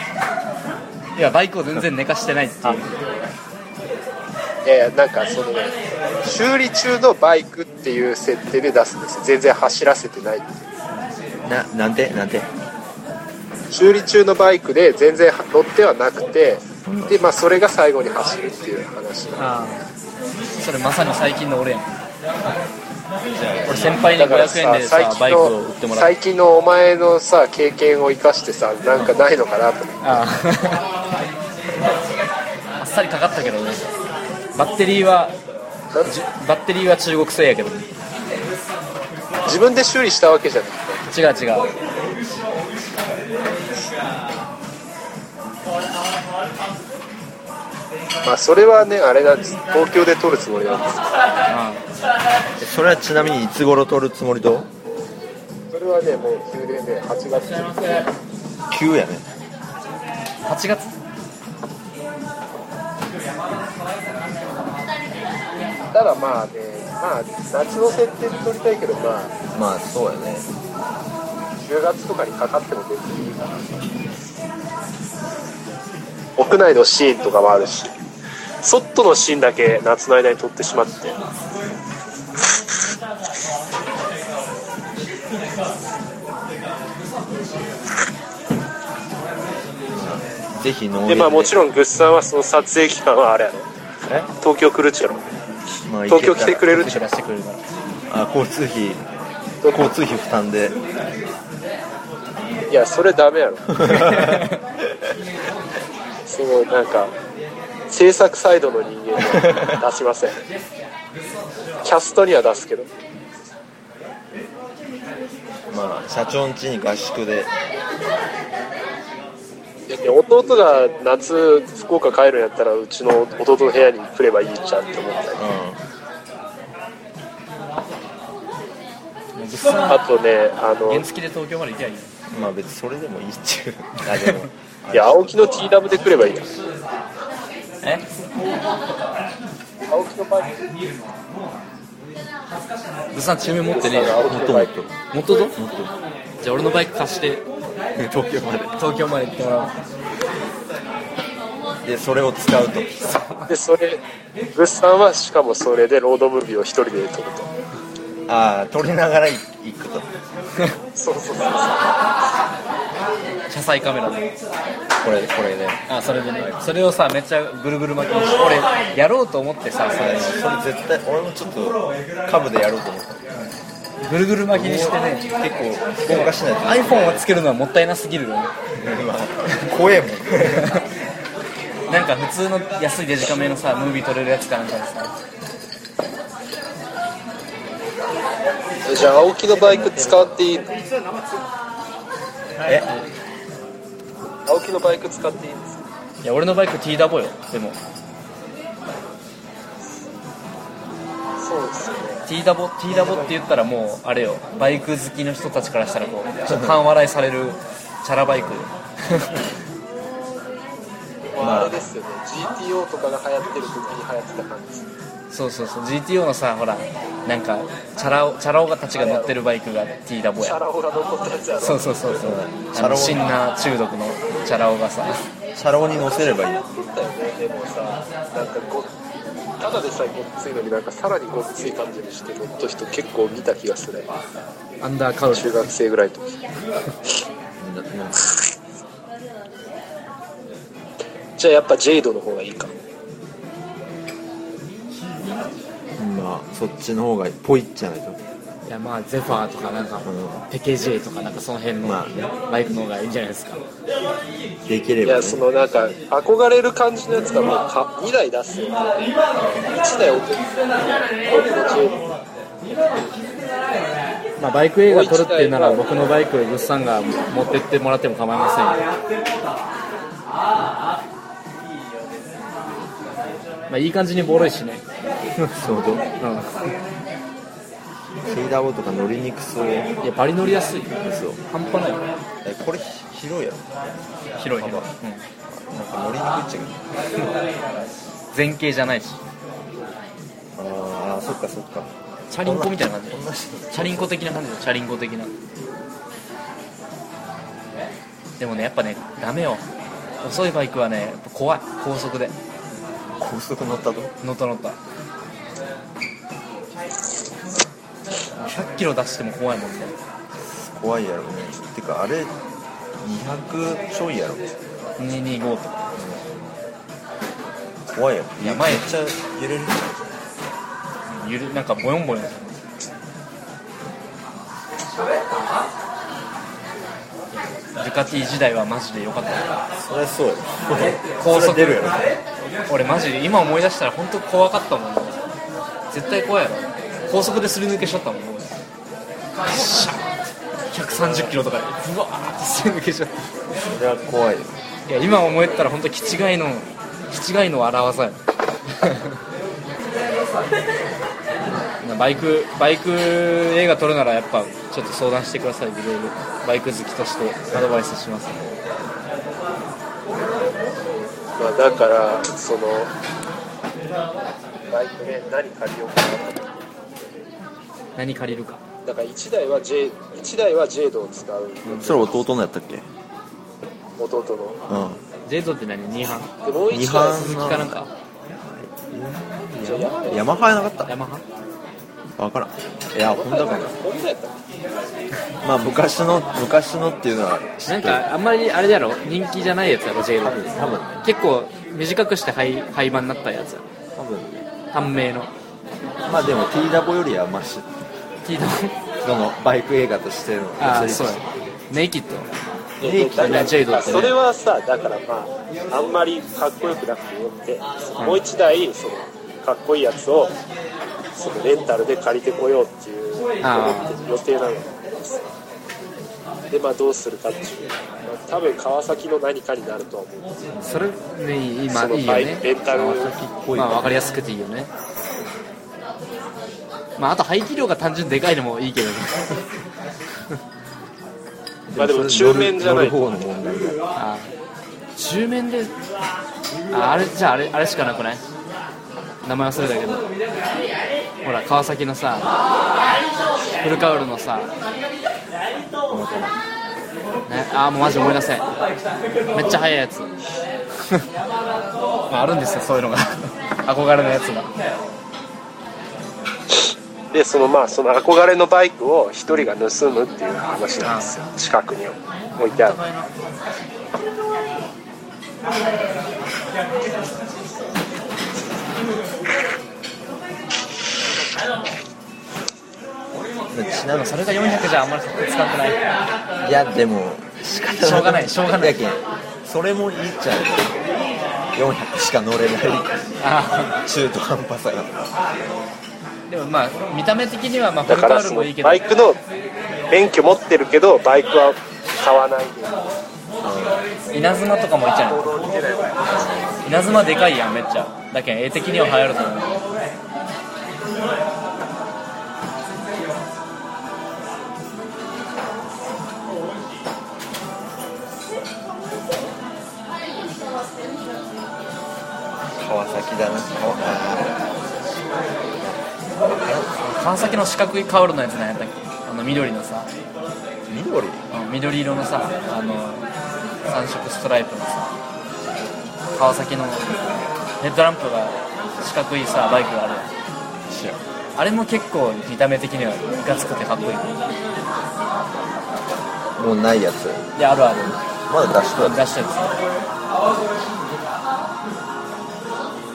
Speaker 3: 「いやバイクを全然寝かしてない」っていう
Speaker 5: いやいやなんかその修理中のバイクっていう設定で出すんです全然走らせてない
Speaker 4: ななんてなんて
Speaker 5: 修理中のバイクで全然乗ってはなくてでまあそれが最後に走るっていう話
Speaker 3: それまさに最近の俺やん俺先輩に
Speaker 5: だからさ
Speaker 3: 500円で
Speaker 5: 最
Speaker 3: さバ
Speaker 5: 近
Speaker 3: イクを売
Speaker 5: の
Speaker 3: ってもらっ
Speaker 5: 最近のお前のさ経験を生かしてさなんかないのかなと思って
Speaker 3: [LAUGHS] あああっさりかかったけどねバッテリーは
Speaker 5: なん
Speaker 3: じバッテリーは中国製やけど
Speaker 5: 自分で修理したわけじゃない
Speaker 3: 違う違う
Speaker 5: まあそれはねあれなんです東京で撮るつもりなんです
Speaker 4: それはちなみにいつ頃撮るつもりと
Speaker 5: それはねもう9年で8月
Speaker 4: 急やね
Speaker 3: 8月
Speaker 5: ただまあねまあ夏の設定で撮りたいけどまあ
Speaker 4: まあそうやね
Speaker 5: 10月とかにかかっても別にいいかな屋内のシーンとかもあるし外のシーンだけ夏の間に撮ってしまって
Speaker 4: ぜひ農園
Speaker 5: でまあもちろんグッさんはその撮影期間はあれやろ
Speaker 4: え
Speaker 5: 東京来るっちゃろ
Speaker 4: まあ行
Speaker 5: 東
Speaker 4: けた
Speaker 5: 京
Speaker 4: ら
Speaker 5: 来てくれるっちゃ
Speaker 3: 知
Speaker 5: ろ
Speaker 3: らせてくれるから
Speaker 4: あ交通費交通費負担で
Speaker 5: いやそれダメやろすごいなんか制作サイドの人間には出しませんキャストには出すけど
Speaker 4: まあ社長ん家に合宿で
Speaker 5: で弟が夏福岡帰るんやったらうちの弟の部屋に来ればいいじゃんって思ったり
Speaker 4: う
Speaker 5: あとねあ
Speaker 3: 原
Speaker 5: の
Speaker 3: 付で東京まで行けばいいよ
Speaker 4: んまあ別にそれでもいいっちゅうあでも
Speaker 5: [LAUGHS] いや青木の TW で来ればいいや
Speaker 3: え
Speaker 5: 青木のバイク
Speaker 3: ずさん中名持ってねえよ
Speaker 5: 青木のバイク
Speaker 3: 持っとぞじゃあ俺のバイク貸して
Speaker 4: 東京ま
Speaker 3: 東京まで行ってもらおう
Speaker 4: ででそれを使うと
Speaker 5: でそれグッさんはしかもそれでロードムービーを一人で撮ると
Speaker 4: ああ撮りながら行くと
Speaker 5: そうそうそう
Speaker 3: 車載カメラで
Speaker 4: これこれで
Speaker 3: あそれでねそれをさめっちゃぐるぐる巻きにして俺やろうと思ってさそれを
Speaker 4: それ絶対俺もちょっとカブでやろうと思った
Speaker 3: ぐるぐる巻きにしてね
Speaker 4: 結構福岡市内で
Speaker 3: iPhone をつけるのはもったいなすぎるよね
Speaker 4: まあ怖えもん
Speaker 3: なんか普通の安いデジカメのさムービー撮れるやつかなんかでさ
Speaker 5: そうじゃあ青木のバイク使っていいの
Speaker 4: え
Speaker 5: 青木のバイク使っていいんですか
Speaker 3: いや俺のバイク T ダボよでも
Speaker 5: そうですよね
Speaker 3: T ダボ T ダボって言ったらもうあれよバイク好きの人たちからしたらこうちょっと半笑いされるチャラバイク
Speaker 5: まあ、あれですよね GTO とかが流行ってる時に流行ってた感じです
Speaker 3: そうそうそう GTO のさほらなんかチャラ男チャラ男たちが乗ってるバイクがティーダボ
Speaker 5: チャ
Speaker 3: や
Speaker 5: ラ男が残ったやつやろ
Speaker 3: そうそうそうそう
Speaker 4: チ
Speaker 3: あ
Speaker 4: ャラ男
Speaker 3: のシンナー中毒のチャラ男がさ
Speaker 4: 車両に乗せればいいな
Speaker 5: 残ったよねでもさなんかごただでさえごっついのになんかさらにごっつい感じにして乗った人結構見た気がする
Speaker 3: アンダーカウル
Speaker 5: 中学生ぐらいとじゃあやっぱジェイドの方がいいか
Speaker 4: うんまあそっちの方がぽいっちゃないと
Speaker 3: いやまあゼファーとかなんか
Speaker 4: ん
Speaker 3: ペケジェイとかなんかその辺の
Speaker 4: まあね
Speaker 3: バイクの方がいいんじゃないですか
Speaker 4: できれ
Speaker 5: い
Speaker 4: ば、
Speaker 5: や
Speaker 4: ね、
Speaker 5: そのなんか憧れる感じのやつがもうか2台出すよ1台置く
Speaker 3: まあバイク映画撮るってなら
Speaker 5: もう一台
Speaker 3: 僕のバイクをグッさんが持ってってもらっても構いませんよまあいい感じにボロいしね
Speaker 4: そうど
Speaker 3: う
Speaker 4: セイダボとか乗りにくそう
Speaker 3: んいやバリ乗りやすい
Speaker 4: そう
Speaker 3: 半端ないよ
Speaker 4: えこれ広いやろ
Speaker 3: 広い広
Speaker 4: な
Speaker 3: い、
Speaker 4: んか乗りにくいっちゃう
Speaker 3: 前傾じゃないし
Speaker 4: けどああそっかそっか
Speaker 3: チャリンコみたいな感じ
Speaker 4: こんな人
Speaker 3: チャリンコ的な感じだよチャリンコ的なでもねやっぱねダメよ遅いバイクはねやっぱ怖い高速で
Speaker 4: 高速乗ったと
Speaker 3: 乗った乗った100キロ出しても怖いもんね
Speaker 4: 怖いやろねてかあれ200ちょいやろ
Speaker 3: 225とか
Speaker 4: 怖いやろ
Speaker 3: やばい
Speaker 4: めっちゃ揺れる
Speaker 3: ゆるなんかボヨンボヨンいやドゥカティ時代はマジで良かった
Speaker 4: そりゃそうやろ
Speaker 3: 高
Speaker 4: そり
Speaker 3: 速
Speaker 4: ゃ出るやろ
Speaker 3: 俺マジで今思い出したら本当怖かったもんね絶対怖いやろ高速ですり抜けしちゃったもん俺シャッ130キロとかでブワーってすり抜けしちゃっ
Speaker 4: それは怖いよ
Speaker 3: たいや今思えたら本当気違いの気違いの荒技や [LAUGHS] バイクバイク映画撮るならやっぱちょっと相談してくださいいろいろバイク好きとしてアドバイスします
Speaker 5: まあ、だからそのバイクね何借りようかな
Speaker 3: 何借りるか
Speaker 5: だから1台は J 一台はジェイドを使う
Speaker 4: それ弟のやったっけう
Speaker 5: 弟の
Speaker 4: ん
Speaker 3: ジェイドって何2班
Speaker 5: でもう
Speaker 4: 二
Speaker 5: 1台
Speaker 4: 班
Speaker 5: は
Speaker 3: 鈴木かなんか
Speaker 5: じゃあヤ
Speaker 4: ヤマ
Speaker 5: マハ
Speaker 4: ハやなかっ
Speaker 3: ヤマハ
Speaker 4: たわからんいやホンダかな
Speaker 5: ホンダやったっ
Speaker 4: まあ昔の昔のっていうのは知
Speaker 3: な
Speaker 4: っ
Speaker 3: ん
Speaker 4: てる
Speaker 3: かあんまりあれだろ人気じゃないやつやろ J ロ
Speaker 4: 多分多分ね
Speaker 3: 結構短くして廃廃盤になったやつやろ
Speaker 4: 多分ね
Speaker 3: 短命の
Speaker 4: まあでも T ダボよりはマシ
Speaker 3: 聞いた
Speaker 4: そのバイク映画としての
Speaker 3: ああ
Speaker 4: 移り
Speaker 3: そうやネイキッ
Speaker 5: け
Speaker 4: ネイキッド
Speaker 5: だから
Speaker 3: ジェイドってね
Speaker 5: それはさだからまああんまりかっこよくなくてよくてもう1台そのかっこいいやつをそのレンタルで借りてこようっていう思って
Speaker 3: あ
Speaker 5: る予定なのよでまあどうするかっていう、まあ多分川崎の何かになるとは思う
Speaker 3: ドそれね今
Speaker 5: その
Speaker 3: いいよ
Speaker 5: バイレ
Speaker 3: ね
Speaker 5: ンタル
Speaker 3: まあ分かりやすくていいよねまああと排気量が単純にでかいのもいいけどね
Speaker 5: まあでも
Speaker 4: それ
Speaker 5: 中面じゃない
Speaker 4: 乗る方の問題だよ
Speaker 3: ああ中面でああれじゃああれあれしかなくない名前忘れたけどほら川崎のさフルカウルのさね、ああもうマジ思い出せんめっちゃ速いやつ [LAUGHS] まああるんですよそういうのが [LAUGHS] 憧れのやつが
Speaker 5: でそのまあその憧れのバイクを一人が盗むっていう話なんですよ近くに置いてある
Speaker 4: ちなみ
Speaker 3: それが400じゃあんまり使ってない
Speaker 4: にいやでも仕方
Speaker 3: しょうがないしょうがない
Speaker 4: やけんそれもいいっちゃうよ400しか乗れない
Speaker 3: あ
Speaker 4: 中途半端さが
Speaker 3: あでもまあ見た目的にはまあフ
Speaker 5: だ
Speaker 3: ル
Speaker 5: か
Speaker 3: カ
Speaker 5: ら
Speaker 3: ウル
Speaker 5: そ
Speaker 3: も
Speaker 5: の
Speaker 3: いいけど
Speaker 5: バイクの免許持ってるけどバイクは買わないで
Speaker 3: 稲妻とかもいっちゃう稲妻でかいやんめっちゃだけん絵的には流行ると思う
Speaker 4: 川崎だな川崎
Speaker 3: 川崎の四角いカウルのやつなんやったっけあの緑のさ
Speaker 4: 緑
Speaker 3: あの緑色のさあの3色ストライプのさ川崎のヘッドランプが四角いさバイクがあるやんあれも結構見た目的にはいかつくてかっこいい
Speaker 4: もうないやつ
Speaker 3: であるある
Speaker 4: まだ出し
Speaker 3: [LAUGHS]
Speaker 4: とだ
Speaker 3: 出したやつ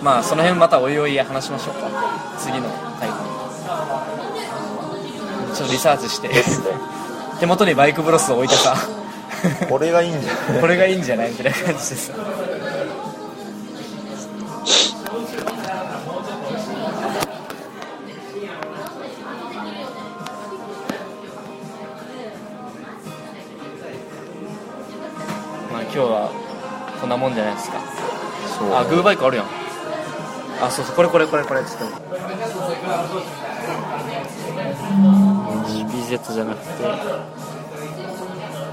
Speaker 3: まあその辺またおいおい話しましょうか次の回ちょっとリサーチして
Speaker 4: ですね
Speaker 3: 手元にバイクブロスを置いてさ
Speaker 4: これがいいんじゃない
Speaker 3: [LAUGHS] これがいいんじゃないみたいな感じでさまあ今日はこんなもんじゃないですか
Speaker 4: そう
Speaker 3: あグーバイクあるやんあそうそうこれこれこれこれちょっと GBZ じゃなくて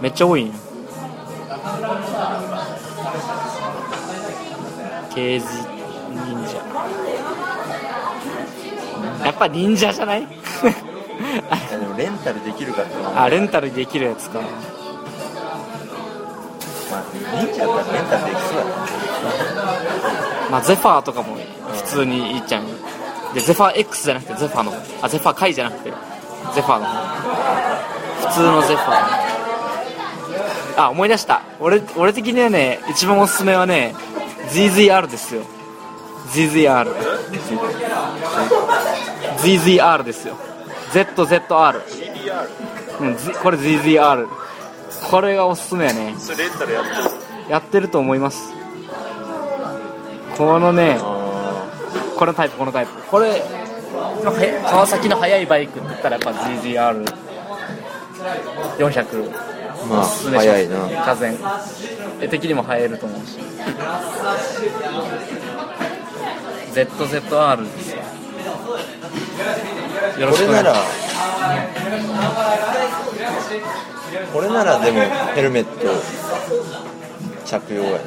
Speaker 3: めっちゃ多いんや KZ 忍者やっぱ忍者じゃない [LAUGHS]
Speaker 4: いやでもレンタルできるかって思うまあ
Speaker 3: あレンタルできるやつか
Speaker 4: 忍者だったらレンタルできそうだね
Speaker 3: まあ、ゼファーとかも普通にいいじゃんでゼファー X じゃなくてゼファーの方あゼファー回じゃなくてゼファーの方普通のゼファーあ思い出した俺俺的にはね一番おすすめはね ZZR ですよ ZZR ZZR ですよ ZZR、うん、Z- これ ZZR これがおすすめやね
Speaker 5: それレンタルやってる
Speaker 3: やってると思いますこのねこのタイプこのタイプこれへ川崎の速いバイクって言ったらやっぱ GGR400
Speaker 4: まあ
Speaker 3: おすすめします
Speaker 4: 早いな
Speaker 3: 多然絵的にも映えると思うし ZZR ですよよろ
Speaker 4: こ
Speaker 3: しく
Speaker 4: れ
Speaker 3: お願
Speaker 4: ない
Speaker 3: しま
Speaker 4: ら
Speaker 3: す
Speaker 4: これならでもヘルメット着用やね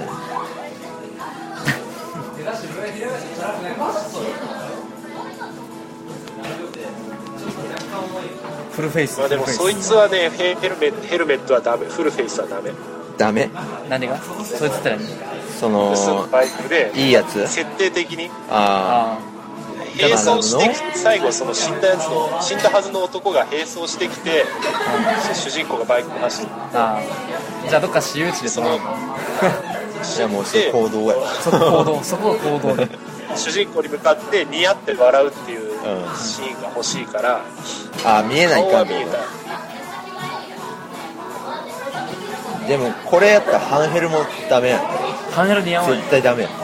Speaker 3: フルフェイス
Speaker 5: まあでもそいつはねヘヘルメヘルメットはダメフルフェイスはダメ
Speaker 4: ダメ
Speaker 3: 何がそいつって何
Speaker 4: その
Speaker 5: 薄のバイクで
Speaker 4: いいやつ
Speaker 5: 設定的に
Speaker 4: あ
Speaker 3: あ
Speaker 5: 並走してきて最後その死んだやつの死んだはずの男が並走してきて主人公がバイクを走って
Speaker 3: あああじゃあどっか私有地で
Speaker 5: その
Speaker 4: あじゃあもうそれ行動や
Speaker 3: そこ行動そこが行
Speaker 5: [LAUGHS]
Speaker 3: 動で
Speaker 5: 主人公に向かって似合って笑うっていう
Speaker 4: うん
Speaker 5: シーンが欲しいから
Speaker 4: あ見えない
Speaker 5: 顔
Speaker 4: か
Speaker 5: は
Speaker 4: ん
Speaker 5: 見えた
Speaker 4: でもこれやったら半ヘルもダメやん
Speaker 3: カメラ似合わない
Speaker 4: 絶対ダメやん
Speaker 3: い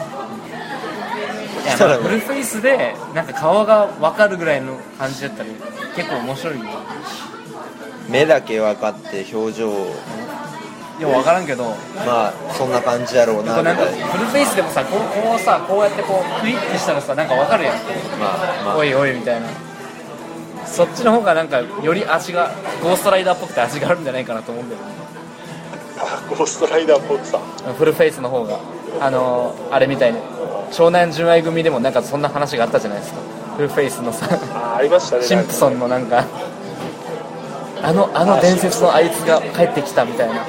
Speaker 3: や
Speaker 4: した
Speaker 3: ま
Speaker 4: ら
Speaker 3: あフルフェイスでなんか顔が分かるぐらいの感じだったら結構面白いよ
Speaker 4: 目だけ分かって表情
Speaker 3: いや分からんけどこ
Speaker 4: まあそんな感じやろうな
Speaker 3: れ
Speaker 4: み
Speaker 3: なんか
Speaker 4: たいな
Speaker 3: フルフェイスでもさこうこうさこうやってこうクイッてしたらさなんか分かるやん
Speaker 4: まあまあ
Speaker 3: おいおいみたいなそっちの方がなんかより味がゴーストライダーっぽくて味があるんじゃないかなと思うんだよね
Speaker 5: あゴーストライダーっぽくさ
Speaker 3: フルフェイスの方があのーあれみたいに湘南純愛組でもなんかそんな話があったじゃないですかフルフェイスのさ
Speaker 5: あありましたね
Speaker 3: シンプソンのなんかあのあの伝説のあいつが帰ってきたみたいな
Speaker 5: なん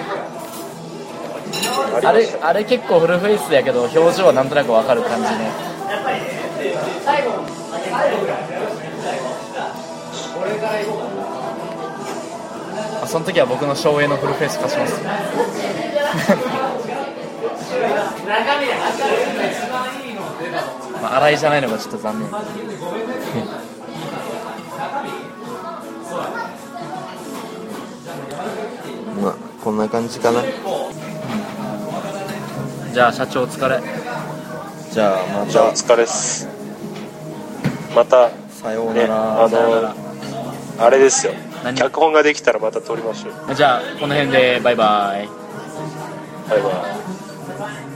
Speaker 5: か
Speaker 3: あ
Speaker 5: ありま
Speaker 3: れ
Speaker 5: した
Speaker 3: あれ結構フルフェイスやけど表情はなんとなくわかる感じねあその時は僕の照英のフルフェイス貸します [LAUGHS] まあ洗いじゃないのがちょっと残念
Speaker 4: まあこんな感じかな
Speaker 3: じゃあ社長お疲れ
Speaker 4: じゃあま
Speaker 5: じゃあお
Speaker 4: た
Speaker 5: 疲れっすまた
Speaker 4: さよう
Speaker 5: ね
Speaker 4: なら
Speaker 5: あのあれですよ
Speaker 3: 何
Speaker 5: 脚本ができたらまた撮りましょう
Speaker 3: じゃあこの辺でバイバイ
Speaker 5: バイバイ